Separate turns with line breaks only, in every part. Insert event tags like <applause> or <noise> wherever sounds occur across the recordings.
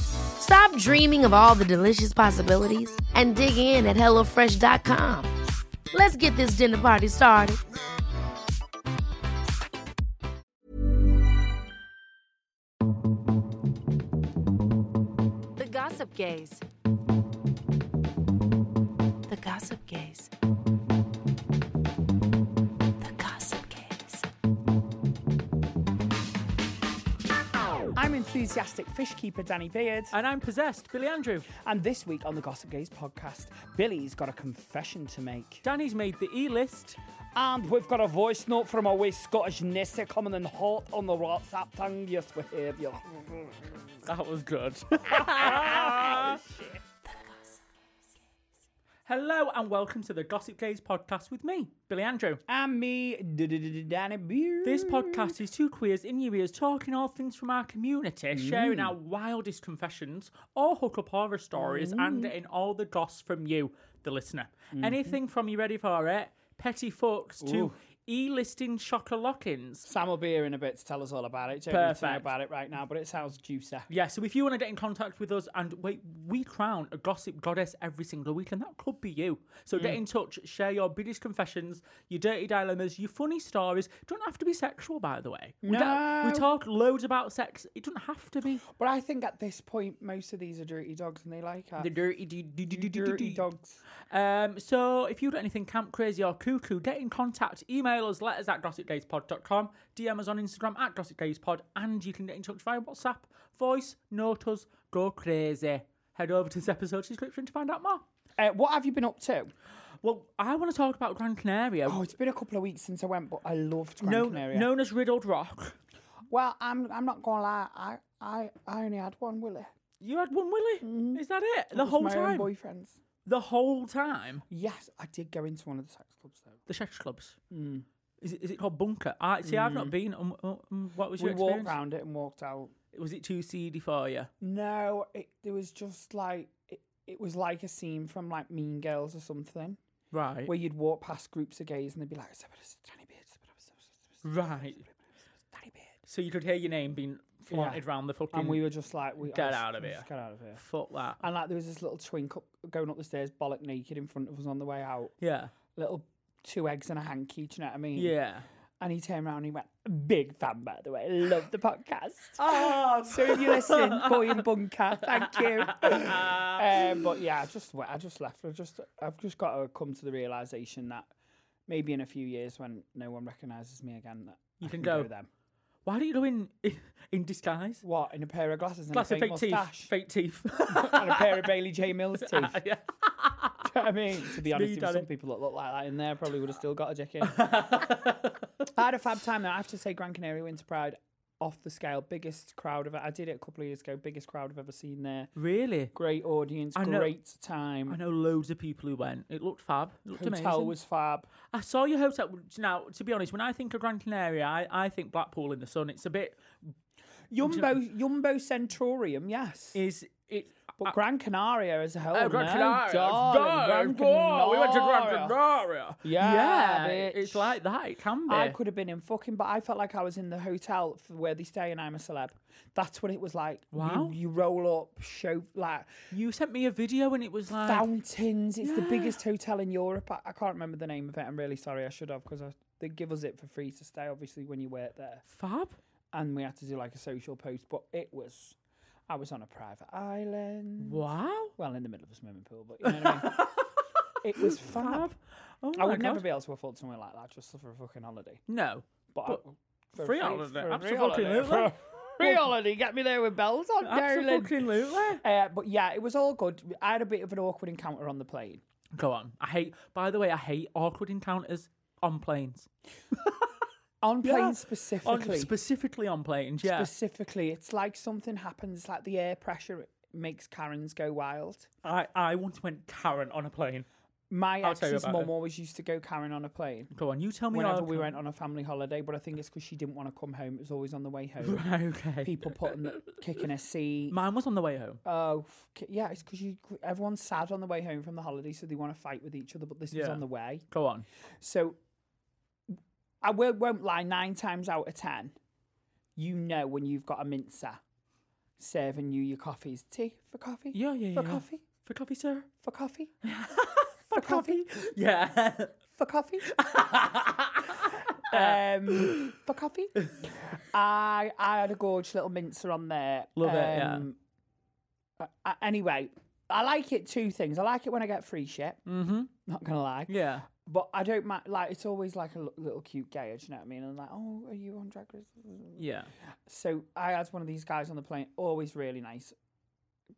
Stop dreaming of all the delicious possibilities and dig in at HelloFresh.com. Let's get this dinner party started.
The Gossip Gaze. The Gossip Gaze. The Gossip Gaze.
I'm enthusiastic fish keeper Danny Beard,
And I'm possessed, Billy Andrew.
and this week on the Gossip Gaze podcast, Billy's got a confession to make.
Danny's made the E list.
And we've got a voice note from our wee Scottish Nissa coming in hot on the WhatsApp thing. Yes, we hear you.
That was good. <laughs> Hello and welcome to the Gossip Gaze podcast with me, Billy Andrew.
And me, Danny Beard.
This podcast is two queers in your ears talking all things from our community, sharing our wildest confessions, all hookup horror stories, and getting all the goss from you, the listener. Anything from you ready for it, petty fucks to E listing shocker lock-ins.
Sam will be here in a bit to tell us all about it. Don't know anything
Perfect.
about it right now, but it sounds juicy.
Yeah, so if you want to get in contact with us and wait, we crown a gossip goddess every single week, and that could be you. So get in touch, share your biggest confessions, your dirty dilemmas, your funny stories. Don't have to be sexual, by the way. We, don't- we
No.
talk loads about sex. It doesn't have to be.
But I think at this point, most of these are dirty dogs and they like
<gasps>
us.
The dirty, d- d- d- d- d-
dirty
d-
dogs.
Um, so if you've got anything camp crazy or cuckoo, get in contact. Email us, letters at gossipgazepod.com, DM us on Instagram at gossipgazepod, and you can get in touch via WhatsApp, voice, note us, go crazy. Head over to this episode's description to find out more.
Uh, what have you been up to?
Well, I want to talk about Gran Canaria.
Oh, it's been a couple of weeks since I went, but I loved Gran
known,
Canaria.
known as Riddled Rock.
Well, I'm I'm not gonna lie. I I, I only had one Willie.
You had one Willie. Is that it? The
It Mm-hmm. was
whole
my own
time.
boyfriends.
The whole time.
Yes, I did go into one of the sex clubs though.
The sex clubs.
Mm.
Is, it, is it called Bunker? I, see, I've not been. Um, um, um, what was
we
your experience?
walked round it and walked out.
Was it too seedy for you?
No, it there was just like it, it was like a scene from like Mean Girls or something,
Right.
where you'd walk past groups of gays and they'd be like, "Sip it, sip it, "Danny Beard, sip it, sip it, sip it, sip
Right.
it, Danny Beard,"
So you could hear your name being flaunted
Yeah.
round the fucking.
and we were just like, we, I
Get
was-
out of
we
here.
just Get out of here!"
Fuck that.
And like there was this little twink up, going up the stairs, bollock naked in front of us on the way out.
Yeah.
Little two eggs and a hanky. Do you know what I mean?
Yeah.
And he turned around and he went, Big fan, by the way. Love
<laughs>
the podcast.
Oh,
so if you listen, boy in bunker, thank
<laughs>
you. um, but yeah, I just I just left. I just I've just got to come to the realization that maybe in a few years when no one recognises me again, that
You
I
can
go.
go.
with them.
Why do you go in in disguise?
What in a pair of glasses and
Glass
a
of
fake,
fake
mustache
teeth. Fake
<laughs>
teeth. <laughs>
and a pair of Bailey J Mills teeth. Do you know
yeah.
what <laughs> I mean?
<laughs>
To be honest,
me,
there were some
darling.
people that look like that in there probably would have still got
<laughs>
a dick in. I had a fab time though. I have to say, Gran Canaria Winter Pride. Off the scale, biggest crowd of I did it a couple of years ago. Biggest crowd I've ever seen there.
Really?
Great audience,
I know-
great time.
I know loads of people who went. It looked fab. It looked
Hotel
amazing.
was fab.
I saw your hotel. Now, to be honest, when I think of Gran Canaria, I, I think Blackpool in the sun. It's a bit.
Yumbo, Yumbo Centurium, yes.
Is it?
but Gran Canaria as a whole.
Oh, Gran
no,
Canaria. darling,
darling,
whoa, We went to Gran
Canaria.
Canaria.
Yeah,
it- it's
bitch.
like that. It can be.
I could have been in fucking, but I felt like I was in the hotel f- where they stay, and I'm a celeb. That's what it was like. You-
Wow.
You, roll up, show like
You sent me a video and it was like.
fountains. It's the biggest hotel in Europe. I, I can't remember the name of it. I'm really sorry. I should have because they give us it for free to stay. Obviously, when you work there.
Fab.
and we had to do like a social post, but it was I was on a private island.
Wow.
Well, in the middle of a swimming pool, but you know what I mean?
<laughs>
It was fab.
Oh
I
my
would never
God.
be able to afford somewhere like that just for a fucking holiday.
No.
But, I,
Free
For free-
holiday.
<laughs> for a free
Absolutely. <laughs>
holiday. Free holiday, get me there with bells on, darling.
Absolutely.
Uh, but yeah, it was all good. I had a bit of an awkward encounter on the plane.
Go on. I hate. By the way, I hate awkward encounters on planes.
On plane
Yeah. On,
specifically.
specifically on planes. Yeah.
Specifically, it's like something happens, like the air pressure makes Karens go wild.
I I once went Karen on a plane.
My
I'll tell you
ex's
about
mum
it.
always used to go Karen on a plane
Go on. You tell me.
whenever
how-
we
<laughs>
went on a family holiday, but I think it's because she didn't want to come home. It was always on the
<laughs>
way home.
okay.
People
<laughs>
putting, the, kicking a seat.
Mine was on the way home.
Oh, f- k- yeah, it's because you everyone's sad on the way home from the holiday, so they want to fight with each other. But this was
Yeah.
on the way,
Go on.
so I will, won't lie. Nine times out of ten, you know when you've got a mincer serving you your coffees, tea for coffee,
Yeah, yeah,
for
yeah.
coffee,
For coffee, sir.
for coffee,
For
coffee.
<laughs> Yeah. <laughs>
for coffee. um, for coffee. I I had a gorge little mincer on there.
Love it, yeah.
yeah. anyway, I like it two things. I like it when I get free shit. Mm-hmm. Not gonna lie.
yeah.
But I don't mind. Like it's always like a l- little cute gauge. You know what I mean? And like, oh, are you on Drag Race?
Yeah.
So I had one of these guys on the plane. Always really nice.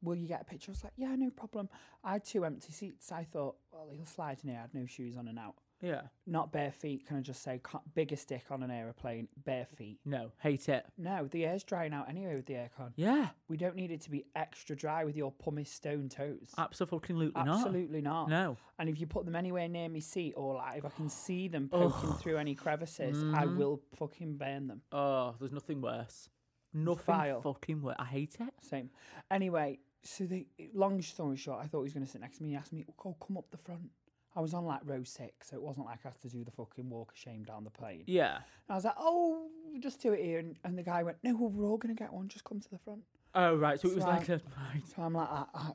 Will you get a picture? I was like, yeah, no problem. I had two empty seats. I thought, well, he'll slide in here. I had no shoes on and out
Yeah.
not bare feet. Can I just say, ca- biggest dick on an aeroplane, bare feet.
No. Hate it.
No, the air's drying out anyway with the aircon.
Yeah.
We don't need it to be extra dry with your pumice stone toes.
Absolutely not.
Absolutely not.
No.
And if you put them anywhere near me seat or like if I can see them poking through any crevices, I
Mm-hmm.
will fucking burn them.
Oh, there's nothing worse. Nothing
Vile.
fucking worse. I hate it.
Same. Anyway, so the long story short, I thought he was going to sit next to me. He asked me, "Oh, come up the front." I was on like row six, so it wasn't like I had to do the fucking walk of shame down the plane.
Yeah.
And I was like, oh, just do it here. And, and the guy went, no, well, we're all going to get one. Just come to the front.
Oh right. So it was
So I-
like a. <laughs> Right.
So I'm like, I, I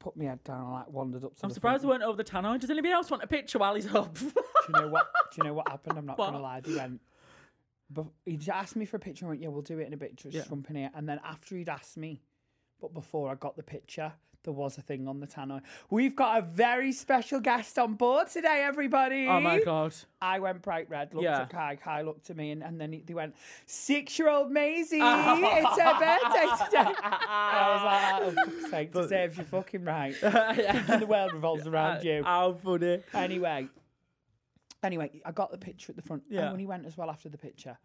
put my head down and like wandered up to
I'm
the
surprised they
front.
weren't over the tannoy. Does anybody else want a picture while he's
<laughs>
up?
Do you know what? Do you know what happened? I'm not going to
What?
lie. He went, but he just asked me for a picture. I went, yeah, we'll do it in a bit. Just
Yeah.
jump in here. And then after he'd asked me, but before I got the picture, there was a thing on the tannoy. We've got a very special guest on board today, everybody.
oh my <laughs> god.
I went bright red, looked
Yeah.
at Kai, Kai looked at me, and, and then he- they went, six year old Maisie,
Oh.
it's her
<laughs>
birthday today. I was like, oh, for fuck's sake, deserves you
<laughs>
fucking right. <laughs> Thinking the world revolves around you.
How funny.
Anyway, anyway, I got the picture at the front.
Yeah.
And when he went as well after the picture,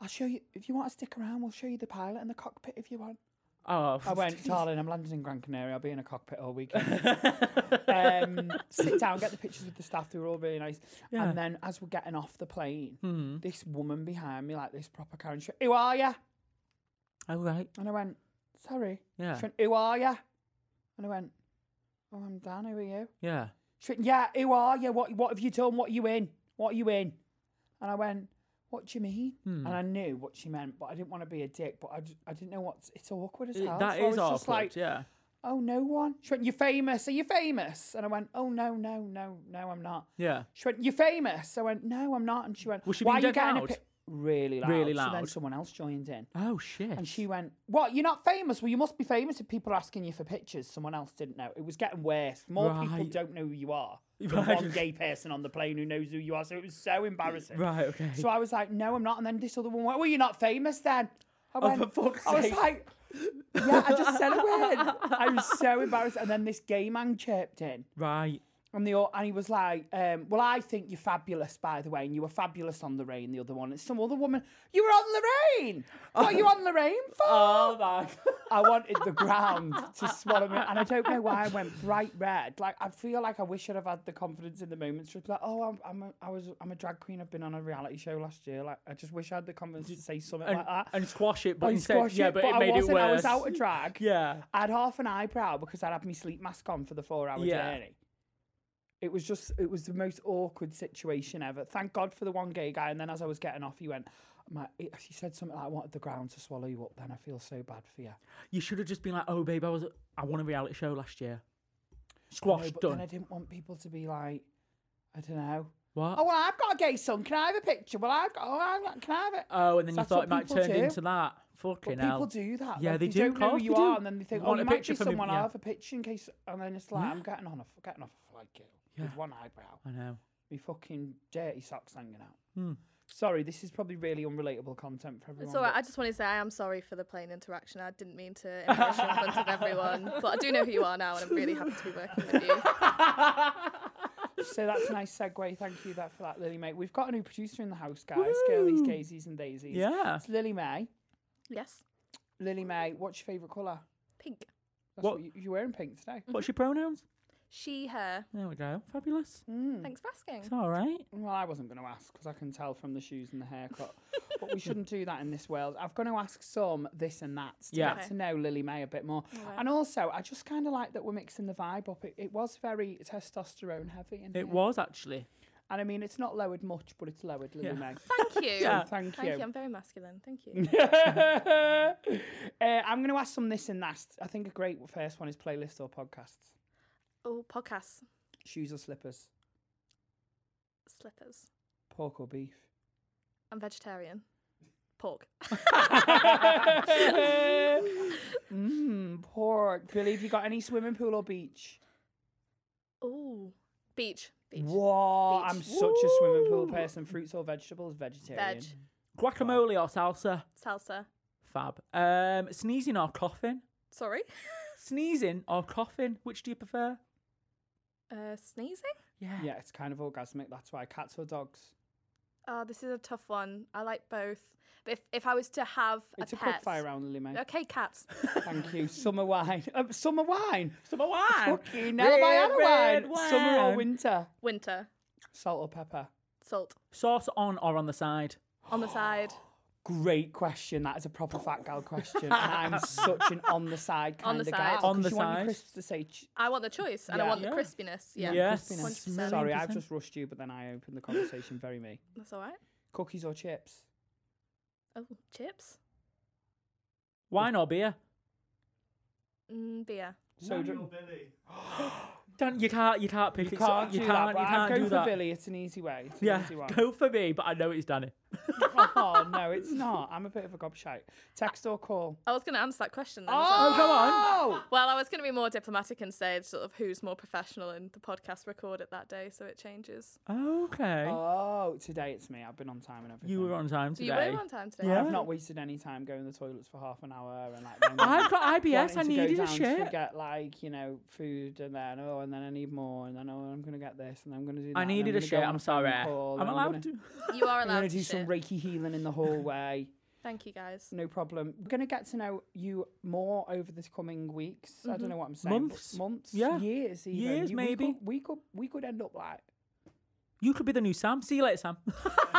I'll show you, if you want to stick around, we'll show you the pilot and the cockpit if you want.
Oh.
I went, darling, I'm landing in Gran Canaria. I'll be in a cockpit all <laughs> weekend. um, sit down, get the pictures with the staff. They were all really nice.
Yeah.
And then as we're getting off the plane, this woman behind me, like this proper Karen, she went, who are you?
<laughs> Oh right.
And I went, sorry.
Yeah.
She went, who are you? And I went, oh, I'm Dan. Who are you?
Yeah.
She went, yeah, who are you? What, what have you done? What are you in? What are you in? And I went, what do you mean?
Hmm.
And I knew what she meant, but I didn't want to be a dick, but I, d- I didn't know what, it's awkward as
It-
hell.
that
so I
is
was
awkward.
just like,
yeah.
oh, no one. She went, you're famous. Are you famous? And I went, oh, no, no, no, no, I'm not.
Yeah.
She went, you're famous. I went, no, I'm not. And she went,
Was she
why are
being
you
dead
getting
loud?
a pic? Really loud.
Really
So then
loud.
someone else joined in.
Oh shit.
And she went, what, you're not famous? Well, you must be famous if people are asking you for pictures. Someone else didn't know. It was getting worse. More people
Right.
don't know who
<laughs>
you are. than
Right.
One gay person on the plane who knows who you are. So it was so embarrassing.
Right. Okay.
So I was like, no, I'm not. And then this other one went, well, you're not famous then. I went,
Oh, for fuck's
I was
sake.
like, yeah, I just said a word. I was so embarrassed. And then this gay man chirped in. <laughs>
right.
And, the, o- and he was like, um, well, I think you're fabulous, by the way. And you were fabulous on the rain, the other one. And some other woman, you were on the rain. What are you on the rain for?
Oh
<laughs>
my.
I wanted the ground to swallow me. And I don't know why I went bright red. Like, I feel like I wish I'd have had the confidence in the moment to be like, oh, I'm, I'm, a, I was, I'm a drag queen. I've been on a reality show last year. Like, I just wish I had the confidence to say something
and,
like that.
and squash it, but
I
instead,
squashed
yeah, but, it
I
made it
wasn't.
worse.
I was out of
<laughs>
drag.
Yeah.
I had half an eyebrow because I'd had my sleep mask on for the four hour
Yeah.
journey. It was just, it was the most awkward situation ever. Thank God for the one gay guy. And then as I was getting off, he went, my, he he said something like, I wanted the ground to swallow you up then. I feel so bad for you.
You should have just been like, "Oh, babe, I was I won a reality show last year. Squash
No, but
done.
then I didn't want people to be like, I don't know.
what?
oh,
Oh,
well, I've got a gay son. Can I have a picture? Well, I've got. Oh, I've got, can I have it?
oh, and then you
That's
thought
what
it might
people
turn
do.
into that.
But
Fucking hell.
people do that.
Yeah,
like,
they do,
don't
of
know who
course
you
they
are,
do.
and then they think,
They
oh,
want
you
a
might
picture
be
from you,
someone.
yeah.
I'll have a picture in case. And then it's like, I'm getting on a getting off a flight, girl,
Yeah.
with one eyebrow,
I know. Hmm.
me fucking dirty socks hanging out. Sorry, this is probably really unrelatable content for everyone.
It's all right.
but-
I just want to say I am sorry for the plain interaction. I didn't mean to embarrass you in front of <laughs> everyone, but I do know who you are now, and I'm really happy to be working with you.
So that's a nice segue. Thank you that for that, Lily, mate. We've got a new producer in the house, guys. Girlies, Gazies, and Daisies.
Yeah.
It's Lily May.
<laughs> Yes,
Lily May, what's your favourite colour?
pink.
That's what, you, you're wearing pink today.
What's your pronouns?
She, her.
There we go. Fabulous.
Mm.
Thanks for asking.
It's all right.
Well, I wasn't going to ask because I can tell from the shoes and the haircut. but we shouldn't do that in this world. I've going to ask some this and that to
Yeah.
get to know Lily May a bit more. And also, I just kind of like that we're mixing the vibe up. It, it was very testosterone heavy. In here.
It was actually.
And I mean, it's not lowered much, but it's lowered, Lily
Yeah.
May.
<laughs> Thank you.
So Thank
Thank you.
you.
I'm very masculine. Thank
<laughs>
you.
uh, I'm going to ask some this and that. I think a great first one is playlists or podcasts.
oh, podcasts,
Shoes or slippers,
slippers.
pork or beef.
I'm vegetarian.
<laughs>
Pork.
Mmm, pork. Billy, have you got any swimming pool or beach?
Oh, beach. Beach.
Whoa,
Beach.
I'm such a swimming pool person. Fruits or vegetables? Vegetarian.
Veg.
Guacamole or salsa?
Salsa.
Fab. Um, sneezing or coughing?
Sorry.
Sneezing or coughing? Which do you prefer?
Uh, sneezing.
Yeah.
Yeah, it's kind of orgasmic. That's why cats or dogs.
Oh, this is a tough one. I like both. But if, if I was to have
It's a,
a
quick
pet,
fire round, Lily May.
okay, cats.
Thank you. Summer wine. Uh, summer wine.
Summer wine.
Fucking hell, my other
Red,
wine.
red
Summer or
wine.
winter?
Winter.
Salt or pepper?
Salt.
Sauce on or on the side?
On the side.
<gasps> Great question. That is a proper fat gal question. And <laughs> I'm such an on the side kind
On the
of
side.
gal. 'cause
On the
you want your
side.
crisps to say ch-
I want the choice and
Yeah.
I want
Yeah.
the crispiness. Yeah.
Yes.
crispiness.
100%.
Sorry, I've
100%.
just rushed you, but then I opened the conversation. Very me.
That's all right.
Cookies or chips?
Oh, chips?
Wine or beer?
Mm, beer.
Soda.
Don't, you can't. You can't pick.
You
it.
can't
You
do
can't.
that. but
you
I'd
can't
go
do
for
that.
Billy. It's an easy way. It's an
Yeah.
easy one.
Go for me, but I know it's Danny.
oh no, it's not. I'm a bit of a gobshite. Text or call?
I was going to answer that question then. as well.
Oh, come on.
Well, I was going to be more diplomatic and say sort of who's more professional in the podcast recorded that day, so it changes.
Okay.
Oh, today it's me. I've been on time and everything.
you were on time
So you
today. <laughs>
were on time today.
Yeah.
I've not wasted any time going to the toilets for half an hour and like. then
I've got IBS. I
<laughs> wanting to
needed
go
a
down
shit.
To get like you know food and then oh and then I need more and then oh I'm gonna get this and I'm gonna do. That,
I
and I'm
needed a
gonna go
shit.
on
I'm
phone
sorry.
call,
I'm
and
allowed
gonna-
to.
<laughs>
You are
I'm gonna
allowed
do
to
some Mm.
shit.
Reiki healing in the hallway.
Thank you guys.
No problem. We're going to get to know you more over the coming weeks. I don't know what I'm saying. but
Mm-hmm. Months.
Months.
Yeah.
Years. Even.
Years,
You-
maybe.
We could, we could. We could end up like.
You could be the new Sam. See you later,
<laughs>
Sam.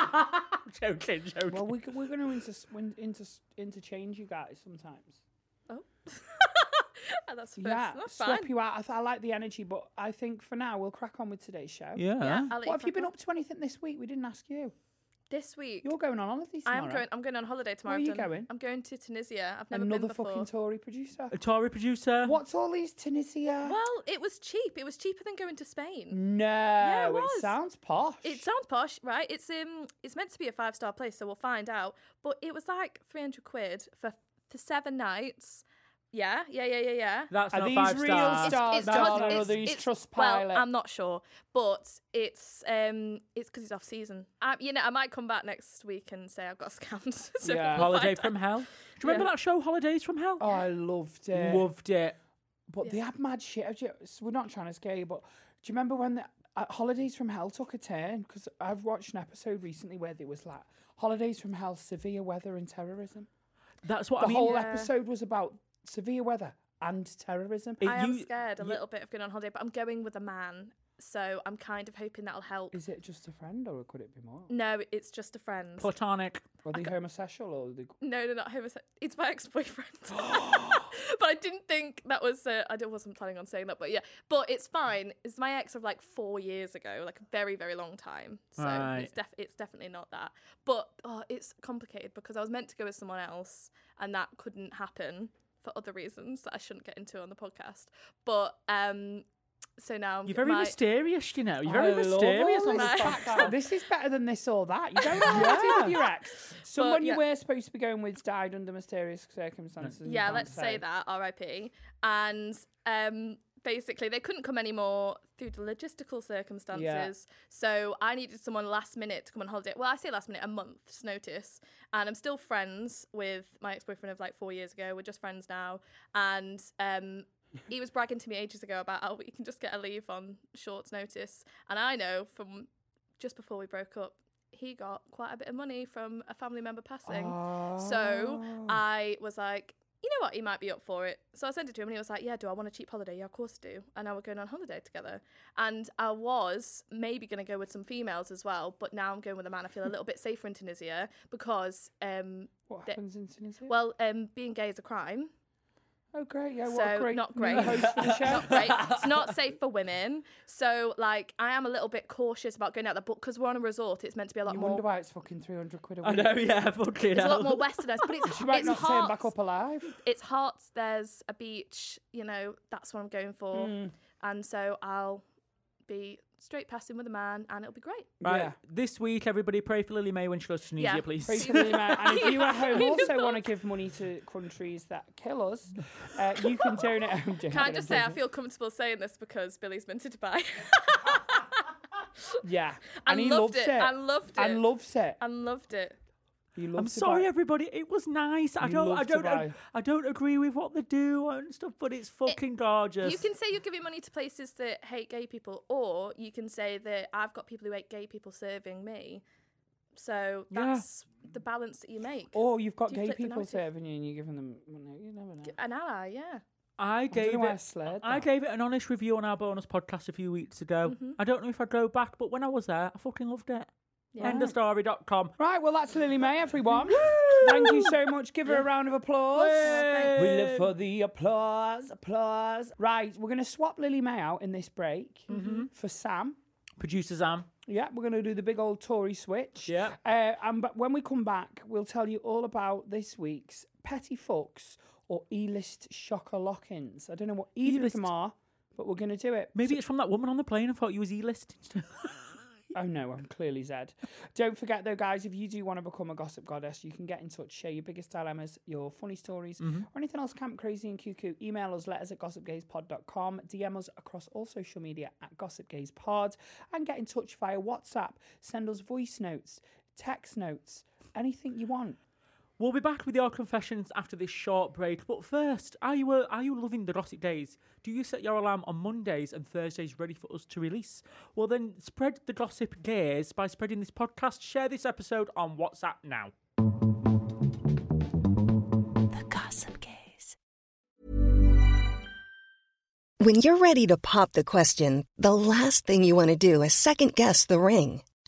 <laughs> joking, joking.
Well, we could, we're going to inter, <laughs> inter, interchange you guys sometimes.
Oh. <laughs> That's first.
yeah.
That's
swap
fine.
you out. I, th- I like the energy, but I think for now we'll crack on with today's show.
yeah.
<laughs> Yeah, I'll let
What have you
crack
been
on.
up to anything this week? We didn't ask you.
This week,
You're going on holiday
I
tomorrow.
am going. I'm going on holiday tomorrow.
are
I've
you
done-
going?
I'm going to Tunisia. I've never
Another
been before.
fucking Tory producer.
A Tory producer.
What's all these Tunisia?
well, it was cheap. It was cheaper than going to Spain.
No,
it was.
sounds posh.
It sounds posh, right? It's um, it's meant to be a five star place, so we'll find out. But it was like three hundred quid for for seven nights. Yeah, yeah, yeah, yeah, yeah.
That's
Are
not
these
five
real
stars.
stars?
it's,
That's
cos-
not
it's,
another- he's
it's-
Trustpilot.
well, I'm not sure, but it's um, it's because he's off season. I, you know, I might come back next week and say I've got scammed. <laughs> so
Yeah.
we'll
Holiday
<laughs>
find out.
from Hell. Do you remember
Yeah.
that show, Holidays from Hell?
Oh, I loved it.
Loved it.
But they had mad shit. Have you- so We're not trying to scare you, but do you remember when the uh, Holidays from Hell took a turn? Because I've watched an episode recently where there was like Holidays from Hell, severe weather and terrorism.
That's what
The
I mean.
whole
Yeah.
episode was about severe weather and terrorism.
It-
I am
you-
scared a
you-
little bit of going on holiday, but I'm going with a man, so I'm kind of hoping that'll help.
Is it just a friend or could it be more?
Mm,
No, it's just a friend.
Platonic.
Were they homosexual or they...
No, no, not homosexual. It's my ex-boyfriend.
<gasps>
<laughs> but I didn't think that was. Uh, I d- wasn't planning on saying that, but yeah. But it's fine. It's my ex of like four years ago, like a very, very long time. So
Right.
it's, def- it's definitely not that. But oh, it's complicated because I was meant to go with someone else, and that couldn't happen for other reasons that I shouldn't get into on the podcast. But um, so now I'm
You're
g-
very
my-
mysterious, you know. You're very
I love all
mysterious.
this
on this <laughs>
fact
podcast.
that This is better than this or that.
<laughs>
You don't have to with your ex. Someone
yeah.
you were supposed to be going with died under mysterious circumstances. and you
Yeah,
can't
let's say that, R.I.P. And um, basically they couldn't come anymore due to logistical circumstances so i needed someone last minute to come on holiday well i say last minute a month's notice and i'm still friends with my ex-boyfriend of like four years ago we're just friends now and um he was bragging to me ages ago about how we can just get a leave on short notice and i know from just before we broke up he got quite a bit of money from a family member
Ah. Oh,
passing so I was like, you know what, he might be up for it. So I sent it to him and he was like, yeah, do I want a cheap holiday? Yeah, of course I do. And now we're going on holiday together. And I was maybe going to go with some females as well, but now I'm going with a man. I feel a little bit safer in Tunisia because, um,
What
the-
happens in Tunisia?
well, um, being gay is a crime.
oh, great. Yeah, what a
so
great
not
new
great.
host for the
<laughs>
show.
not great. It's
<laughs>
not safe for women. So like, I am a little bit cautious about going out there, but because we're on a resort, it's meant to be a lot
You
more.
wonder why it's fucking 300 quid a week.
I know, yeah, <laughs> fucking
It's a lot
hell.
more westernized, but
<laughs>
it's,
She might
it's
not turn back
hearts-
up alive.
it's hearts there's a beach you know that's what i'm going for
Hmm.
and so i'll be straight passing with a man and it'll be great
Right.
Yeah.
This week, everybody pray for Lily May when she goes to Tunisia,
Yeah.
please.
Pray for me, man. And if you at
<laughs>
home also want to give money to countries that kill us, uh, you can donate. <laughs> I'm joking,
can i
I'm
just say i
joking.
feel comfortable saying this because billy's been
<laughs>
to dubai
Yeah.
I
And he loves
loved it.
it.
I loved it.
And loves it.
and loved it
He loves
I'm
it,
sorry,
but-
everybody. It was nice. I
You
don't, I
love
don't, ag-
Dubai.
I don't agree with what they do and stuff, but it's fucking gorgeous.
you can say you're giving money to places that hate gay people or you can say that i've got people who hate gay people serving me so
Yeah.
that's the balance that you make
Or Oh, you've got
Do you
gay
flip the
people
narrative?
serving you and you're giving them money. You never know.
an ally yeah
I
I don't know
gave
why I
it.
slurred
I
that. Mm-hmm.
gave it an honest review on our bonus podcast a few weeks ago. I don't know if I'd go back, but when I was there, I fucking loved it.
Yeah.
Endostory.com.
Right, well, that's Lily May, everyone. Thank you so much. Give her a round of applause. We live for the applause, applause. Right, we're going to swap Lily May out in this break
Mm-hmm.
for Sam.
Producers am.
Yeah, we're going to do the big old Tory switch.
Yeah.
Uh, and but when we come back, we'll tell you all about this week's petty fucks or E-list shocker lock-ins. I don't know what either of
E-list.
them are, but we're going to do it.
Maybe it's from that woman on the plane. I thought you was E-listed.
Oh no, I'm clearly Zed. Don't forget though, guys, if you do want to become a gossip goddess, you can get in touch, share your biggest dilemmas, your funny stories, or anything else camp crazy and cuckoo. Email us letters at gossipgazepod.com, DM us across all social media at gossipgazepod, and get in touch via WhatsApp. Send us voice notes, text notes, anything you want.
We'll be back with your confessions after this short break. But first, are you uh, are you loving the gossip days? Do you set your alarm on Mondays and Thursdays ready for us to release? Well, then spread the gossip gaze by spreading this podcast. Share this episode on WhatsApp now.
The Gossip Gaze.
When you're ready to pop the question, the last thing you want to do is second guess the ring.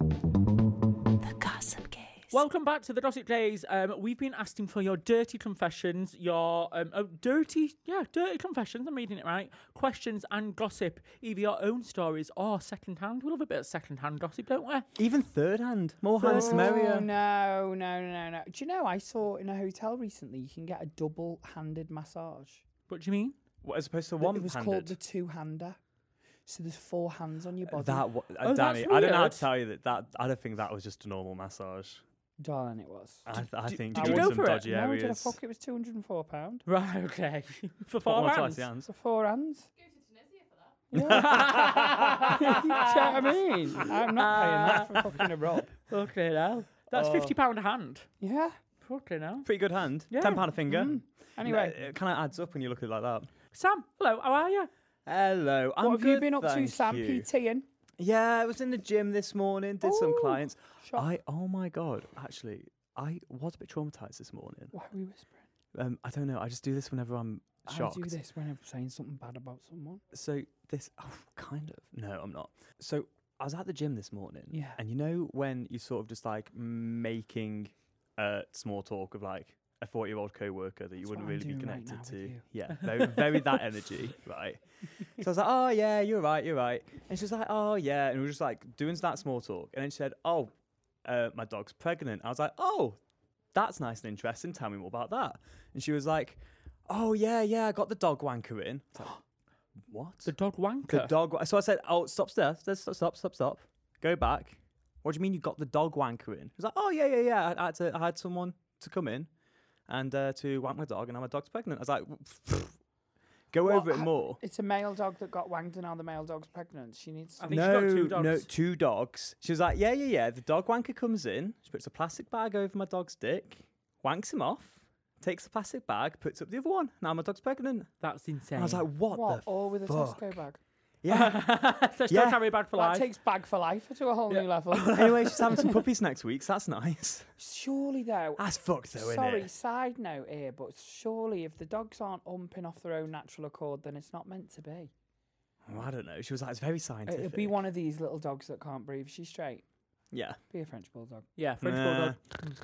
The Gossip Gaze.
Welcome back to the Gossip Days. Um, we've been asking for your dirty confessions, your um, oh, dirty, yeah, dirty confessions. I'm reading it right. Questions and gossip, either your own stories or secondhand. We love a bit of secondhand gossip, don't we?
Even third hand, more hands the
Oh,
merrier.
no, no, no, no. Do you know, I saw in a hotel recently, you can get a double-handed massage.
What do you mean?
What, as opposed to
Th-
one
It was called the two-hander. So there's four hands on your body.
That wa- uh,
Oh, that's
Danny, I don't know how
weird.
to tell you that. That I don't think that was just a normal massage.
Darling, it was.
I, th- I
did-
think
did
you
you
were
go
in some
for it?
dodgy
no, did I
areas.
fuck? It was two hundred and four pound.
<laughs>
Right, okay. For
Put
four
one twice
hands.
the hands.
So four hands.
Yeah.
<laughs> Do you know what I mean? I'm not paying that for fucking a rob.
Fucking hell. That's
Oh.
fifty pound a hand.
Yeah. Mm.
Fucking hell.
Pretty good hand.
Yeah.
Ten pound a finger. uh,
Anyway,
it kind of adds up when you look at it like that.
Sam, hello, how are you?
Hello, I'm
what have you
good,
been up to,
thank
Sam?
you.
PTing?
Yeah, Uh, I was in the gym this morning. Did some
Ooh,
clients.
shock.
I oh my god, actually, I was a bit traumatized this morning.
Why are we whispering?
Um, I don't know. I just do this whenever I'm shocked.
I do this when I'm saying something bad about someone.
So this oh, kind of no, I'm not. So I was at the gym this morning.
Yeah.
And you know when you're sort of just like making uh, small talk with like a 40 year old coworker that you
That's
wouldn't
what I'm
really be
doing right
connected
now with
to.
you.
Yeah. Very, very <laughs> that energy, right? So I was like, oh yeah, you're right, you're right. And she was like, oh yeah, and we were just like doing that small talk. And then she said, oh, uh, my dog's pregnant. I was like, oh, that's nice and interesting. Tell me more about that. And she was like, oh yeah, yeah, I got the dog wanker in. I was like, <gasps> what?
The dog wanker.
The dog. wa- So I said, "Oh, stop, stop, stop, stop, stop, stop, stop. Go back." What do you mean you got the dog wanker in? He's like, "Oh yeah, yeah, yeah. I, I had to, I had someone to come in and uh, to wank my dog, and now my dog's pregnant." I was like, "Go
What
over it
ha-
more."
It's a male dog that got wanged, and now the male dog's pregnant. She needs.
I
To
think she's got two
no,
dogs.
two dogs. She was like, "Yeah, yeah, yeah." The dog wanker comes in. She puts a plastic bag over my dog's dick, wanks him off, takes the plastic bag, puts up the other one. Now my dog's pregnant.
That's insane.
And I was like,
<laughs>
"What,
what?
the
All with a
fuck?" <laughs>
Tesco bag.
Yeah.
so she
Yeah.
yeah. carry a bag for
That
life.
takes bag for life to a whole new level.
<laughs>
<laughs>
anyway, she's having some
<laughs>
puppies next week, so that's nice.
surely though.
That's fucked though,
sorry,
innit?
side note here, but surely if the dogs aren't umping off their own natural accord, then it's not meant to be.
Well, Oh, I don't know. She was like, it's very scientific.
It'll be one of these little dogs that can't breathe. She's straight.
Yeah.
Be a French bulldog
Yeah, French
Nah.
bulldog.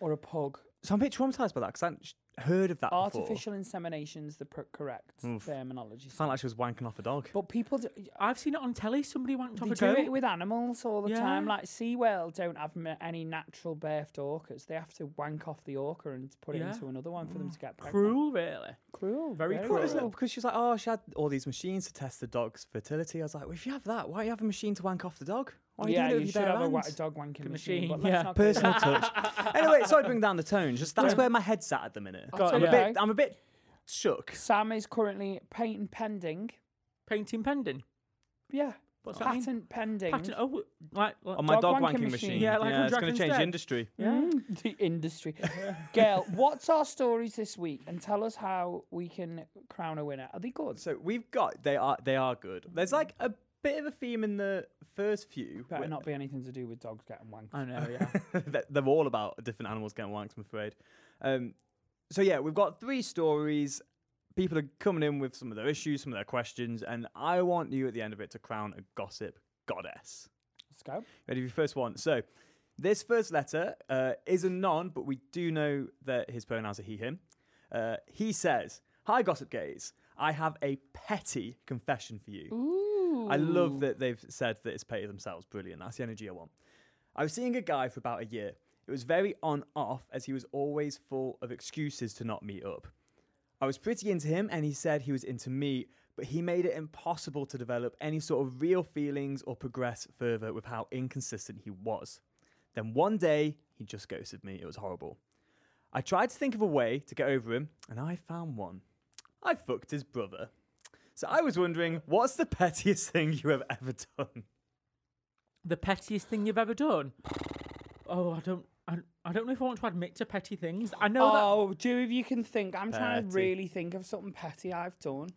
or a pug.
So I'm a bit traumatized by that because I hadn't sh- heard of that
Artificial insemination's the pr- correct
Oof.
terminology.
before. Sound like she was wanking off a dog.
But people do,
I've seen it on telly. Somebody wanked off
they
a
do
goat.
it with animals all the time.
Yeah.
Like SeaWorld don't have ma- any natural birthed orcas. They have to wank off the orca and put it
Yeah.
into another one for them to get pregnant.
Cruel, really.
Cruel.
Very
I
cruel.
thought it was like- because she was like, oh, she had all these machines to test the dog's fertility. I was like, well, if you have that, why do you have a machine to wank off the dog? Why are
yeah,
you doing it with
should
your bare
have a, wa-
hands?
dog wanking machine.
The
but
machine,
let's
yeah.
not go there.
Personal
<laughs>
touch. <laughs> anyway, sorry to bring down the tone. Just that's where my head's at at the minute.
Got
I'm,
it.
a bit,
Okay.
I'm a bit shook.
Sam is currently patent pending.
Painting pending.
Yeah.
What's that mean?
patent pending.
Patent. Oh, like, like
On my
Dog
dog,
wanking
wanking, machine.
machine.
Yeah, like on
it's going
Dragon's
to change
Den.
industry.
Mm, <laughs> the industry. Gail, what's our stories this week? And tell us how we can crown a winner. Are they good?
So we've got they are they are good. There's like a bit of a theme in the first few.
Better
where-
not be anything to do with dogs getting wanked.
I know. Yeah.
They're- They're all about different animals getting wanked, I'm afraid. Um, so yeah, we've got three stories. People are coming in with some of their issues, some of their questions, and I want you at <laughs> the end of it to crown a gossip goddess.
Let's go.
Ready for your first one? So this first letter uh, is a non, but we do know that his pronouns are he, him. Uh, he says, "Hi, gossip gays. I have a petty confession for you." I love that they've said that it's petty themselves. Brilliant. That's the energy I want. I was seeing a guy for about a year. It was very on off as he was always full of excuses to not meet up. I was pretty into him and he said he was into me, but he made it impossible to develop any sort of real feelings or progress further with how inconsistent he was. Then one day, he just ghosted me. It was horrible. I tried to think of a way to get over him and I found one. I fucked his brother. So I was wondering, what's the pettiest thing you have ever done?
the pettiest thing you've ever done. Oh, I don't. I, I don't know if I want to admit to petty things. I know that.
Oh, do if you can think. I'm trying to
Petty.
really think of something petty I've done.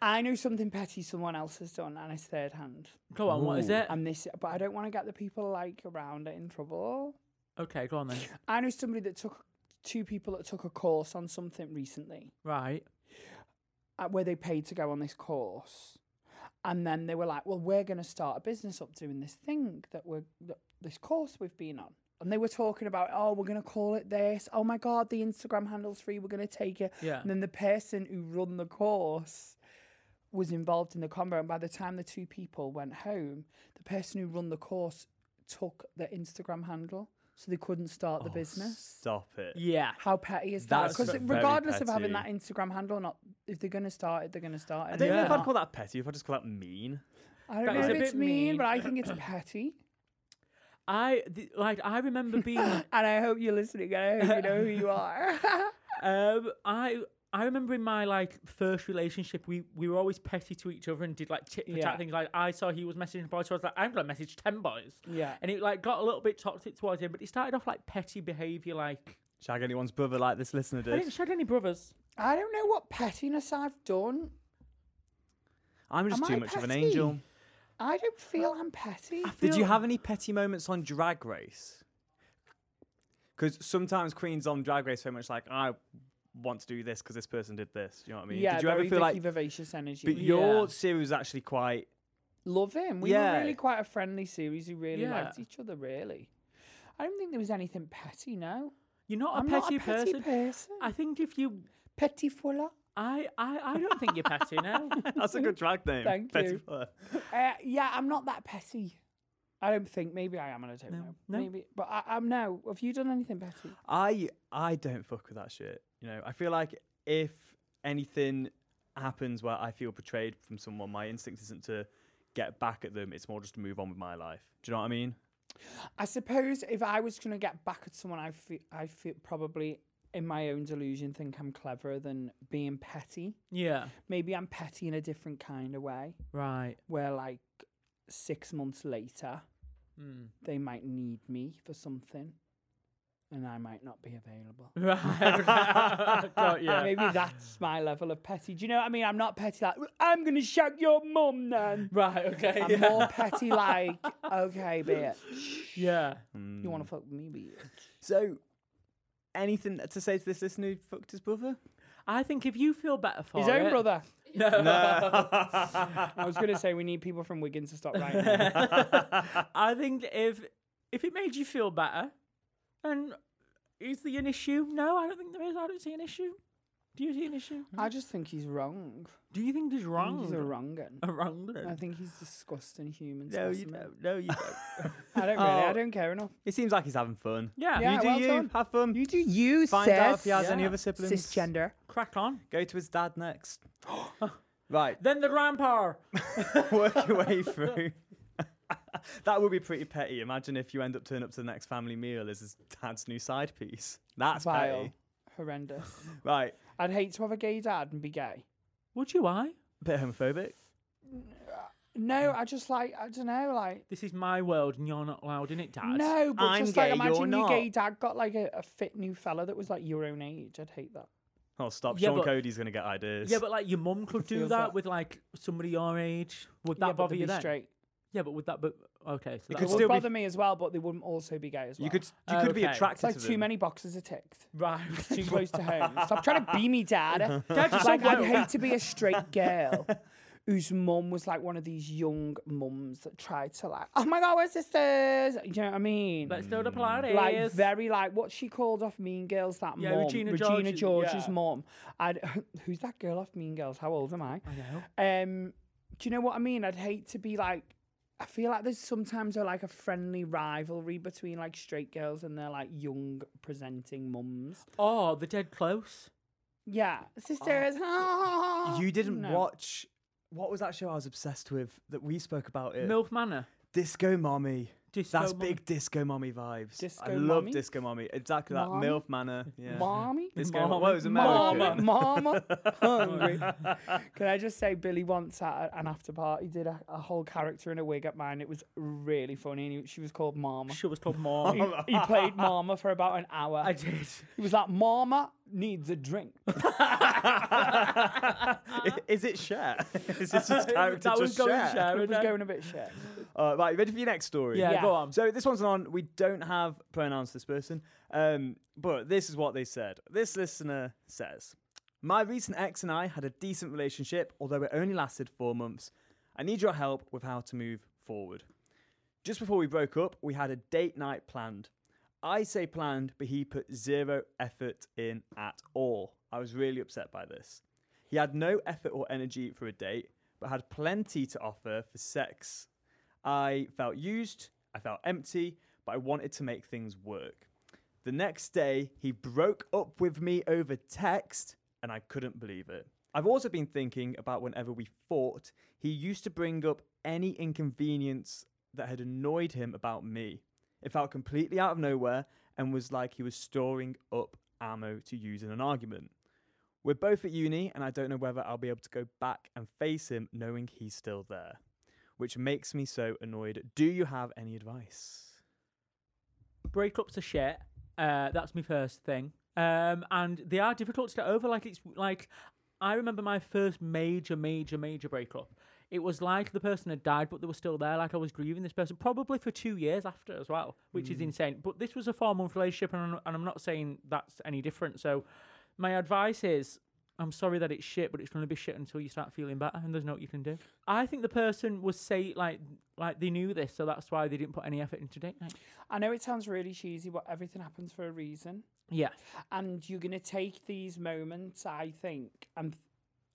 I know something petty someone else has done, and it's third hand.
Go on. What is
Ooh.
it?
And this, but I don't want to get the people like around it in trouble.
Okay, go
<laughs>
on then.
I know somebody that took two people that took a course on something recently,
Right.
uh, where they paid to go on this course, and then they were like, "Well, we're going to start a business up doing this thing that we're that, this course we've been on." And they were talking about, "Oh, we're going to call it this. Oh my God, the Instagram handle's free. We're going to take it."
Yeah.
And then the person who run the course was involved in the combo, and by the time the two people went home, the person who run the course took the Instagram handle. so they couldn't start
Oh,
the business.
Stop it.
Yeah.
How petty is that?
That's
Because
very
regardless of having that
petty.
Instagram handle or not, if they're going to start it, they're going to start it.
I don't know if I'd
Not-
call that petty. If I just call that mean.
I
that
don't know
is
if
a
it's
bit
mean,
mean.
but I think it's petty.
I th- like. I remember
<laughs>
being.
And I hope you're listening. And I hope you know who you are.
um, I I remember in my like first relationship, we we were always petty to each other and did like tit for
Yeah.
tat things. Like I saw he was messaging boys, so I was like, I'm gonna message ten boys.
Yeah.
and it like got a little bit toxic towards him, but it started off like petty behaviour. Like
Shag anyone's brother like this listener
I didn't
did.
shed any brothers.
I don't know what pettiness I've done.
I'm just
Am
too
I
much of an
petty?
angel.
I don't feel I'm petty.
Did you have any petty moments on Drag Race? Because sometimes queens on Drag Race so much like I want to do this because this person did this. You know what I mean?
yeah,
did you
very
ever feel
Vicky
like?
vivacious energy.
But
Yeah.
your series was actually quite.
Love him. We
Yeah.
were really quite a friendly series. We really
Yeah.
liked each other. Really, I don't think there was anything petty. No,
You're not a
I'm
petty,
not a petty person.
I think if you,
petty fuller.
I I I don't think you're petty now.
<laughs> That's a good drag name.
Thank
Petty
you.
Fuller.
<laughs> Uh, yeah, I'm not that petty. I don't think. Maybe I am, and I don't know.
no.
Maybe, but I, I'm no. Have you done anything petty?
I I don't fuck with that shit. You know, I feel like if anything happens where I feel betrayed from someone, my instinct isn't to get back at them. It's more just to move on with my life. Do you know what I mean?
I suppose if I was going to get back at someone, I feel I feel probably in my own delusion think I'm cleverer than being petty.
Yeah.
Maybe I'm petty in a different kind of way,
Right.
where like six months later,
Hmm.
they might need me for something, and I might not be
<laughs>
available.
Right. Got ya.
Maybe that's my level of petty. Do you know what I mean? I'm not petty like I'm gonna shout your mum then.
<laughs> Right. Okay. <laughs>
I'm
yeah.
more petty like
<laughs>
okay, bitch.
yeah.
You want to fuck with me, bitch?
Hmm. So, anything to say to this listener who fucked his brother?
I think if you feel better for
His own
it- <laughs>
brother.
No.
I was gonna say we need people from Wigan to stop writing. in.
<laughs>
I think if if it made you feel better, then is there an issue? No, I don't think there is. I don't see an issue. Do you see an issue?
I just think he's wrong.
Do you think there's
I
wrong?
think he's a wrong'un.
A wrong
I think he's disgusting human.
no, you
specimen.
don't. No, you don't.
I don't really.
Oh.
I don't care enough.
<laughs> it seems like he's having fun.
Yeah.
Mm. Yeah,
you do
well
you.
done.
Have fun.
You do you,
Find out if he has any
Yeah.
other siblings.
cisgender.
Crack on.
Go to his dad
<gasps>
next. <gasps> right.
Then the grandpa.
<laughs> work your way through. that would be pretty petty. Imagine if you end up turning up to the next family meal as his dad's new side piece. That's
Vile.
petty.
Horrendous.
<laughs> Right.
I'd hate to have a gay dad and be gay.
<laughs> Would you? I.
bit homophobic. Mm.
No, I just like I don't know, like
This is my world, and you're not allowed in it, Dad.
no, but
I'm
just
gay,
like
you're
imagine your
not.
gay dad got like a, a fit new fella that was like your own age. I'd hate that.
Oh, stop.
Yeah,
Sean
but-
Cody's going to get ideas.
Yeah, but like your mum could do that,
Feels that.
with like somebody your age. Would
Yeah,
that
but
bother
they'd
you
be
then?
Straight.
Yeah, but would that? But okay, so
It
that
could
It
would-
would
still be-
bother me as well, but they wouldn't also be gay as well.
you could you could be
Okay.
It's
attracted
like
to
too
them.
many boxes are ticked.
right.
It's too close to home. Stop trying to be me, Dad.
<laughs> Dad, you said
like I'd
no.
hate to be a straight girl whose mum was like one of these young mums that tried to like, oh my god, we're sisters. You know what I mean?
<laughs> Let's do the Pilates.
like very like what she called off Mean Girls that
Yeah,
mum,
Regina George's-
George's
yeah.
mum. I'd, <laughs> who's that girl off Mean Girls? How old am I? I know. Um, do you know what I mean? I'd hate to be like. I feel like there's sometimes a, like a friendly rivalry between like straight girls and their like young presenting mums.
oh, the dead close.
Yeah, sisters. ah.
You didn't
No.
watch. What was that show I was obsessed with that we spoke about it?
Milf Manor.
Disco Mommy.
Disco
That's
Mommy.
big Disco Mommy vibes. I
Disco
love
Mommy?
Disco Mommy. Exactly that.
Mommy?
MILF Manor. Yeah.
mommy.
Disco Mommy.
Mommy.
Well, it was American.
Mama, mama,
<laughs>
hungry. Can I just say, Billy once at an after party did a, a whole character in a wig at mine. It was really funny. And he, she was called Mama.
She was called Mom.
<laughs>
He, he played Mama for about an hour.
I did.
He was like, Mama needs
<laughs>
a drink.
Is it Cher? <laughs> Is this
<laughs>
his character
<laughs> that was
just
going
Cher?
Cher,
it was
wasn't it?
going a bit shit.
Uh, right, ready for your next story?
Yeah,
Yeah.
go on.
So this one's on. We don't have pronouns for this person, um, but this is what they said. This listener says, "My recent ex and I had a decent relationship, although it only lasted four months. I need your help with how to move forward. Just before we broke up, we had a date night planned. I say planned, but he put zero effort in at all. I was really upset by this. He had no effort or energy for a date, but had plenty to offer for sex. I felt used, I felt empty, but but I wanted to make things work. The next day, he broke up with me over text, and I couldn't believe it. I've also been thinking about whenever we fought, he used to bring up any inconvenience that had annoyed him about me. It felt completely out of nowhere and was like he was storing up ammo to use in an argument. We're both at uni, and I don't know whether I'll be able to go back and face him knowing he's still there, which makes me so annoyed. Do you have any advice?
breakups are shit. Uh, that's my first thing. Um, and they are difficult to get over. Like it's like I remember my first major, major, major breakup. It was like the person had died, but they were still there. Like I was grieving this person, probably for two years after as well, which is insane. But this was a four month relationship, and I'm, and I'm not saying that's any different. So, my advice is I'm sorry that it's shit, but it's going to be shit until you start feeling better, and there's no what you can do. I think the person was say like like they knew this, so that's why they didn't put any effort into date night.
I know it sounds really cheesy, but everything happens for a reason.
Yeah.
and you're going to take these moments i think and th-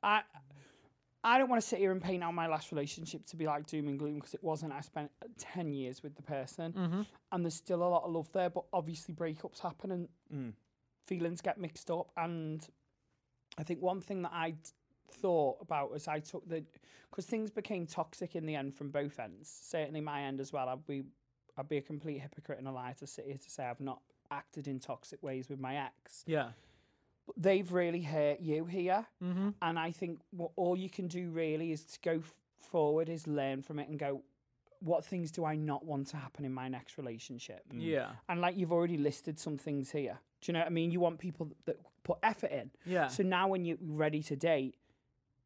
i i don't want to sit here and paint out my last relationship to be like doom and gloom because it wasn't i spent 10 years with the person and there's still a lot of love there but obviously breakups happen and feelings get mixed up and i think one thing that i d- thought about as i took the because things became toxic in the end from both ends certainly my end as well i'd be i'd be a complete hypocrite and a liar to sit here to say i've not acted in toxic ways with my ex
Yeah.
but they've really hurt you here. And I think what all you can do really is to go f- forward, is learn from it and go, what things do I not want to happen in my next relationship?
Yeah.
And like you've already listed some things here. Do you know what I mean? You want people th- that put effort in.
Yeah.
So now when you're ready to date,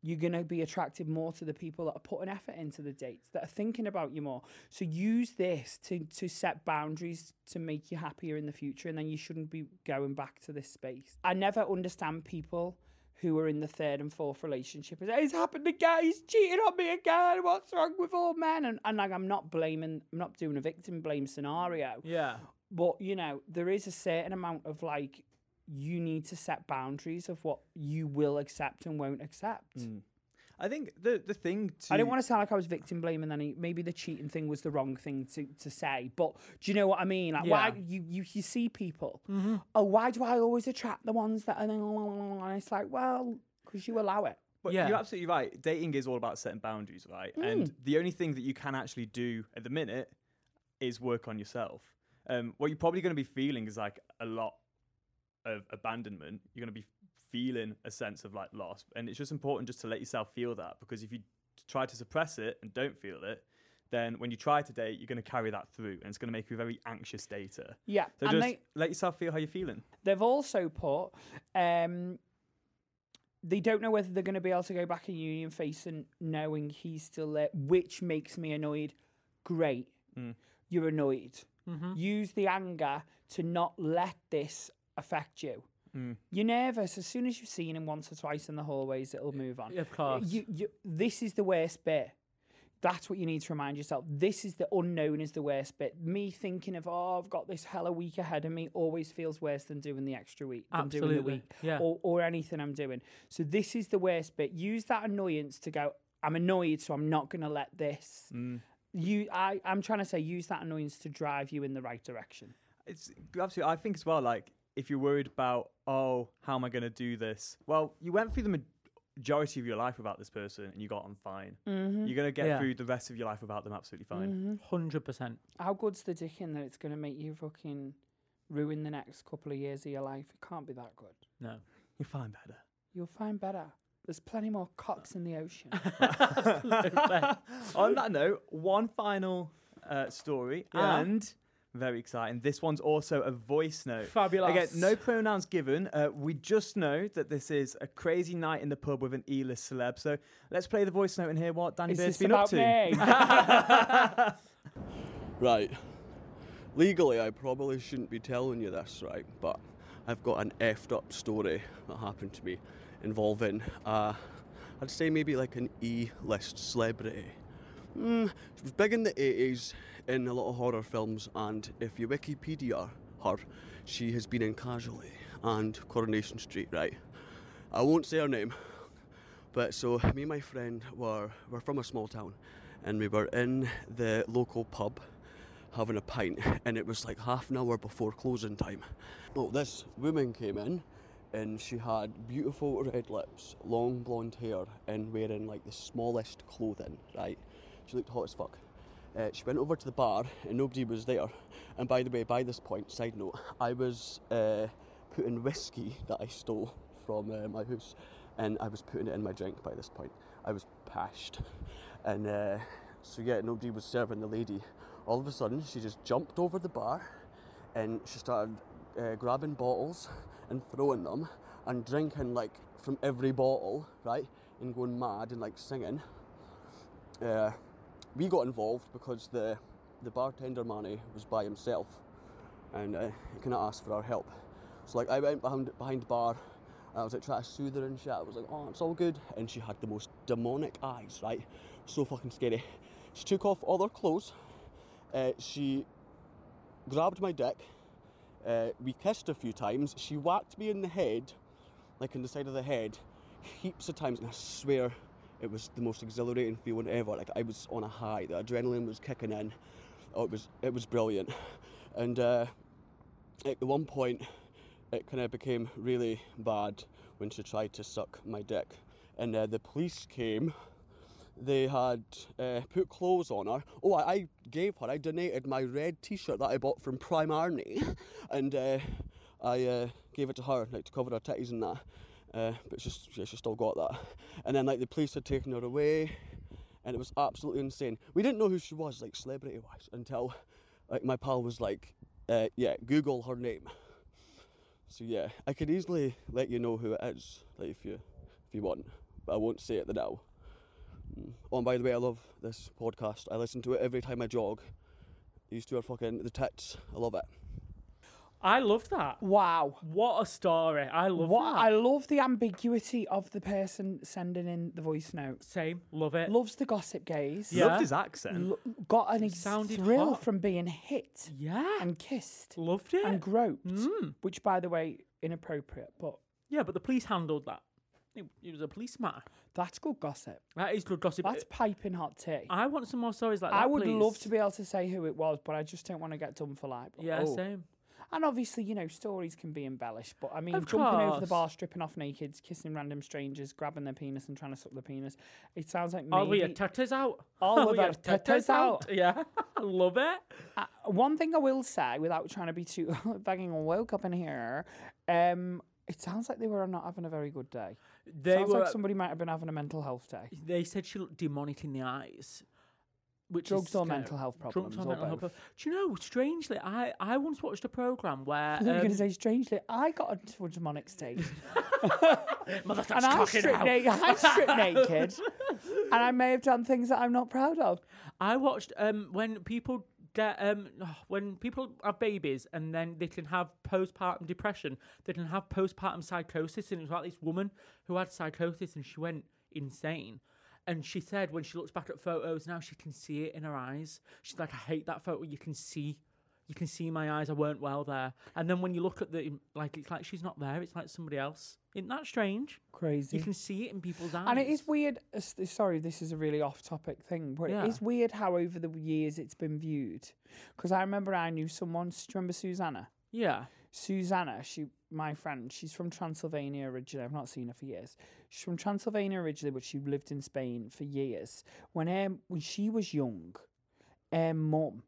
you're going to be attracted more to the people that are putting effort into the dates, that are thinking about you more. So use this to, to set boundaries to make you happier in the future. And then you shouldn't be going back to this space. I never understand people who are in the third and fourth relationship. It's, it's happened again. He's cheated on me again. What's wrong with all men? And, and like, I'm not blaming, I'm not doing a victim blame scenario.
Yeah.
But you know, there is a certain amount of like you need to set boundaries of what you will accept and won't accept.
I think the the thing to
I didn't want to sound like I was victim blaming. Then maybe the cheating thing was the wrong thing to, to say, but do you know what I mean? Like, why
Yeah.
you, you you see people?
Mm-hmm.
Oh, why do I always attract the ones that? And it's like, well, because you allow it.
But
Yeah.
you're absolutely right. Dating is all about setting boundaries, right?
Mm,
And the only thing that you can actually do at the minute is work on yourself. Um, what you're probably going to be feeling is like a lot of abandonment. You're going to be feeling a sense of like loss. And it's just important just to let yourself feel that because if you try to suppress it and don't feel it, then when you try to date, you're going to carry that through and it's going to make you a very anxious dater.
Yeah,
So
and
just
they-
let yourself feel how you're feeling.
They've also put um, they don't know whether they're going to be able to go back in union face and knowing he's still there, which makes me annoyed. Great,
Mm.
you're annoyed.
Mm-hmm.
Use the anger to not let this affect you.
Mm.
You're nervous. As soon as you've seen him once or twice in the hallways, it'll move on.
Of course.
You, you, this is the worst bit. That's what you need to remind yourself. This is the unknown is the worst bit. Me thinking of oh, I've got this hella week ahead of me always feels worse than doing the extra week, than doing the
Absolutely,
week,
yeah.
or, or anything I'm doing. So this is the worst bit. Use that annoyance to go. I'm annoyed, so I'm not going to let this.
Mm.
You, I, I'm trying to say, use that annoyance to drive you in the right direction.
It's absolutely. I think as well, like if you're worried about, oh, how am I going to do this? Well, you went through the ma- majority of your life without this person, and you got on fine. You're going to get
Yeah.
through the rest of your life without them absolutely fine.
Mm-hmm.
Hundred percent.
How good's the dick in that it's going to make you fucking ruin the next couple of years of your life? It can't be that good.
No.
You're fine
<laughs>
<laughs> better.
You'll find better. There's plenty more cocks in the ocean.
On that note, one final uh, story
Yeah.
and. Very exciting. This one's also a voice note.
<laughs> Fabulous.
Again, no pronouns given. Uh, we just know that this is a crazy night in the pub with an E-list celeb. So let's play the voice note and hear what Danny
Is
Bird's
this
been up
about
to.
me?
<laughs>
Right. Legally, I probably shouldn't be telling you this, right? But I've got an effed up story that happened to me involving, uh, I'd say maybe like an E list celebrity. Mm, she was big in the 80s in a lot of horror films, and if you Wikipedia her, she has been in Casually and Coronation Street, right? I won't say her name, but so me and my friend were we're from a small town, and we were in the local pub, having a pint, and it was like half an hour before closing time. Well, this woman came in, and she had beautiful red lips, long blonde hair, and wearing like the smallest clothing. Right, she looked hot as fuck. Uh, she went over to the bar, and nobody was there. And by the way, by this point, side note, I was uh, putting whiskey that I stole from uh, my house, and I was putting it in my drink. By this point, I was pashed, and uh, so yeah, nobody was serving the lady. All of a sudden, she just jumped over the bar, and she started uh, grabbing bottles and throwing them and drinking like from every bottle, right? And going mad and like singing. Uh, we got involved because the the bartender Manny was by himself, and uh, he kind of asked for our help. So like I went behind behind bar, and I was like trying to soothe her and shit. I was like, oh, it's all good, and she had the most demonic eyes, right? So fucking scary. She took off all her clothes. Uh, she grabbed my dick. Uh, we kissed a few times. She whacked me in the head, like in the side of the head, heaps of times, and I swear it was the most exhilarating feeling ever. Like I was on a high. The adrenaline was kicking in. Oh, it was it was brilliant. And uh, at one point, it kind of became really bad when she tried to suck my dick. And uh, the police came. They had uh, put clothes on her. Oh, I, I gave her. I donated my red T-shirt that I bought from Prime Army, and uh, I uh, gave it to her, like to cover her titties and that. Uh, but she's, yeah, she still got that. And then like the police had taken her away, and it was absolutely insane. We didn't know who she was, like celebrity wise, until like my pal was like, uh, "Yeah, Google her name." So yeah, I could easily let you know who it is, like if you if you want, but I won't say it the now. Mm. Oh, and by the way, I love this podcast. I listen to it every time I jog. These two are fucking the tits. I love it.
I love that.
Wow.
What a story. I love
What
that.
I love the ambiguity of the person sending in the voice note.
Same. Love it.
Loves the gossip gaze.
Yeah. Loved
his accent.
Lo- got an ex-
sounded
thrill
hot.
from being hit
yeah.
and kissed
Loved it.
and groped,
Mm.
which, by the way, inappropriate, but
yeah, but the police handled that. It, it was a police matter.
that's good gossip.
That is good gossip. Uh,
That's piping hot tea. I,
I want some more stories like that.
would
please.
love to be able to say who it was, but I just don't want to get done for like.
Yeah,
oh.
same.
And obviously, you know, stories can be embellished, but I mean,
Of
jumping over the
course.
bar, stripping off naked, kissing random strangers, grabbing their penis and trying to suck their penis. It sounds like
All of your
maybe.
tatters out. <laughs>
All of
your
our tatters out.
<laughs> Yeah, I love it.
Uh, one thing I will say, without trying to be too <laughs> fucking woke up in here, um, it sounds like they were not having a very good day.
They
sounds
were.
like somebody might have been having a mental health day.
They said she looked demonic in the eyes. Which is
Drugs or
scary.
mental health
Drugs
problems,
or
or
mental health
both.
pro- Do you know? Strangely, I I once watched a program where
I thought you were going
um,
to say, strangely, I got into a demonic state.
<laughs> mother
and
starts
I
cocking
stripped,
out.
naked, I
<laughs>
stripped naked. And I may have done things that I'm not proud of.
I watched um when people get um <sighs> when people are babies and then they can have postpartum depression, they can have postpartum psychosis, and it was about this woman who had psychosis and she went insane. And she said when she looks back at photos now, she can see it in her eyes. She's like, I hate that photo. You can see, you can see my eyes. I weren't well there. And then when you look at the like, it's like she's not there. It's like somebody else. Isn't that strange?
Crazy.
You can see it in people's eyes.
And it is weird. uh, s- Sorry, this is a really off-topic thing, but
Yeah.
it is weird how over the years it's been viewed. Because I remember I knew someone. Do you remember Susanna?
Yeah.
Susanna, she my friend, she's from Transylvania originally. I've not seen her for years. She's from Transylvania originally, but she lived in Spain for years. When um, when she was young, her mum,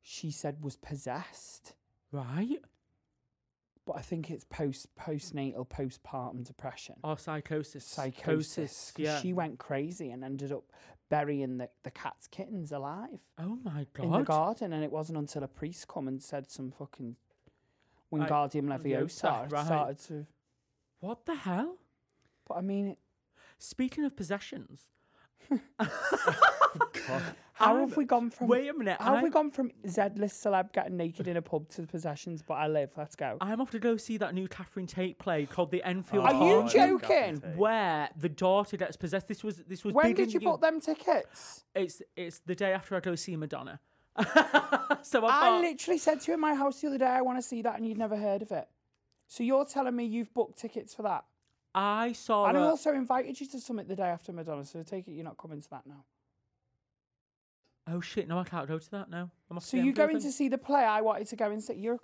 she said was possessed.
Right.
But I think it's post postnatal postpartum depression.
Or Oh, psychosis.
Psychosis. 'cause
Yeah.
She went crazy and ended up burying the, the cat's kittens alive
Oh my god.
in the garden. And it wasn't until a priest come and said some fucking Wingardium Leviosa
Leviosa,
it
oh, right.
started to
What the hell?
But I mean,
Speaking of
<laughs>
possessions,
how
I'm-
have we gone from?
wait a minute,
How have we
I'm-
gone from Z-list celeb getting naked in a pub to possessions? But I live. Let's go.
I'm off to go see that new Catherine Tate play called The Enfield
Are you
Park,
joking?
Where the daughter gets possessed. This was this was.
When
big
did
in
you book them tickets?
It's it's the day after I go see Madonna. <laughs> so I,
I
thought,
literally said to you in my house the other day, I want to see that, and you'd never heard of it. So you're telling me you've booked tickets for that?
I saw.
and I
her-
also invited you to Summit the day after Madonna, so I take it you're not coming to that now.
Oh shit! No, I can't go to that. No, I'm off the
So you
end of
going
thing.
to see the play I wanted to go and see? You're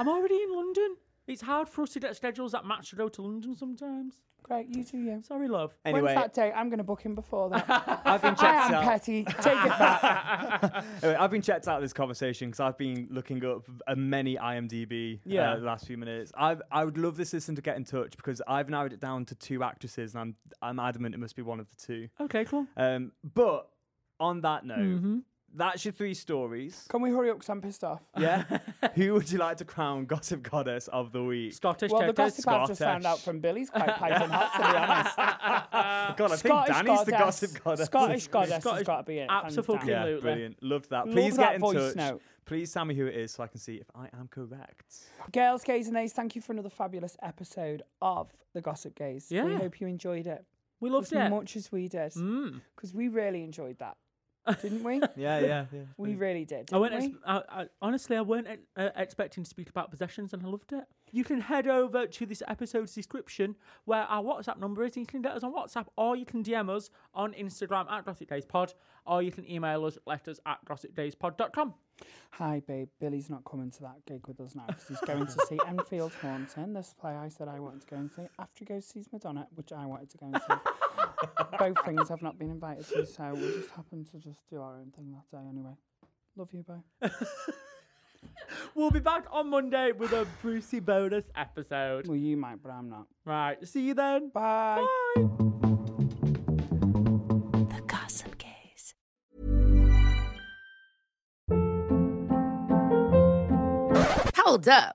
I'm already in London. It's hard for us to get schedules that match to go to London sometimes.
great. You do you.
Sorry, love.
When's
Anyway.
that date? I'm going to book him before that.
<laughs> I've been checked
I
<laughs>
am
out.
petty. Take it back.
<laughs> Anyway, I've been checked out of this conversation because I've been looking up uh, many IMDb
Yeah.
uh, the last few minutes. I I would love this system to get in touch because I've narrowed it down to two actresses, and I'm I'm adamant it must be one of the two.
Okay, cool.
Um, but on that note, that's your three stories.
Can we hurry up? Because I'm pissed off.
Yeah. Who would you like to crown Gossip Goddess of the Week?
Scottish
Well, the
characters.
gossip I've just found out
Scottish.
from
<laughs>
Billy's quite piping hot, to be honest.
God, I think Danny's the Gossip Goddess.
Scottish goddess
Scottish-
has got to be it. hands down.
absolutely.
Yeah, brilliant. Loved that.
Love
Please
that
get in
voice
touch.
note.
Please tell me who it is so I can see if I am correct.
Girls, gays, and A's, thank you for another fabulous episode of The Gossip Gaze. We
Yeah.
hope you enjoyed it
We loved
as
it.
much as we did.
Mm.
Because we really enjoyed that, didn't we?
<laughs> Yeah, yeah, yeah.
we really did.
I
Didn't
went.
we?
Ex- I, I, honestly, I weren't ex- uh, expecting to speak about possessions, and I loved it. You can head over to this episode's description where our WhatsApp number is. And you can get us on WhatsApp, or you can DM us on Instagram at Gossip Days Pod, or you can email us letters at gossipdayspod.com.
Hi, babe. Billy's not coming to that gig with us now because he's going to see Enfield Haunting, this play I said I wanted to go and see, after he goes sees Madonna, which I wanted to go and see. Both things I've not been invited to, so we just happened to just do our own thing that day anyway. Love you, bye.
We'll be back on Monday with a Brucey bonus episode.
Well, you might, but I'm not.
Right. See you then.
Bye.
Bye.
The Gossip Gaze.
Hold up.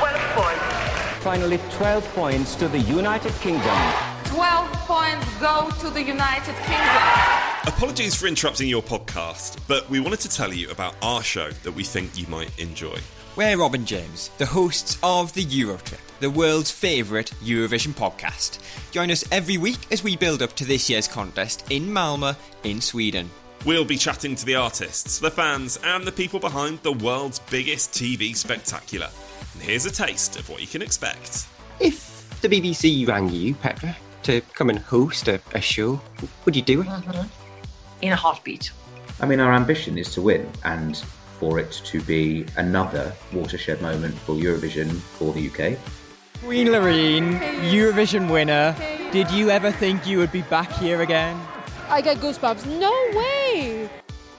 12 points.
Finally, 12 points to the United Kingdom.
12 points go to the United Kingdom.
Apologies for interrupting your podcast, but we wanted to tell you about our show that we think you might enjoy.
We're Robin James, the hosts of the Eurotrip, the world's favourite Eurovision podcast. Join us every week as we build up to this year's contest in Malmö, in Sweden.
We'll be chatting to the artists, the fans, and the people behind the world's biggest TV spectacular. And here's a taste of what you can expect.
If the BBC rang you, Petra, to come and host a, a show, would you do it?
in a heartbeat.
I mean, our ambition is to win and for it to be another watershed moment for Eurovision for the UK.
Queen Lorene, Eurovision winner. Did you ever think you would be back here again?
I get goosebumps. No way!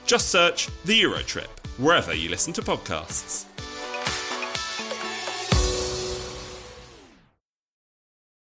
Just search The Eurotrip wherever you listen to podcasts.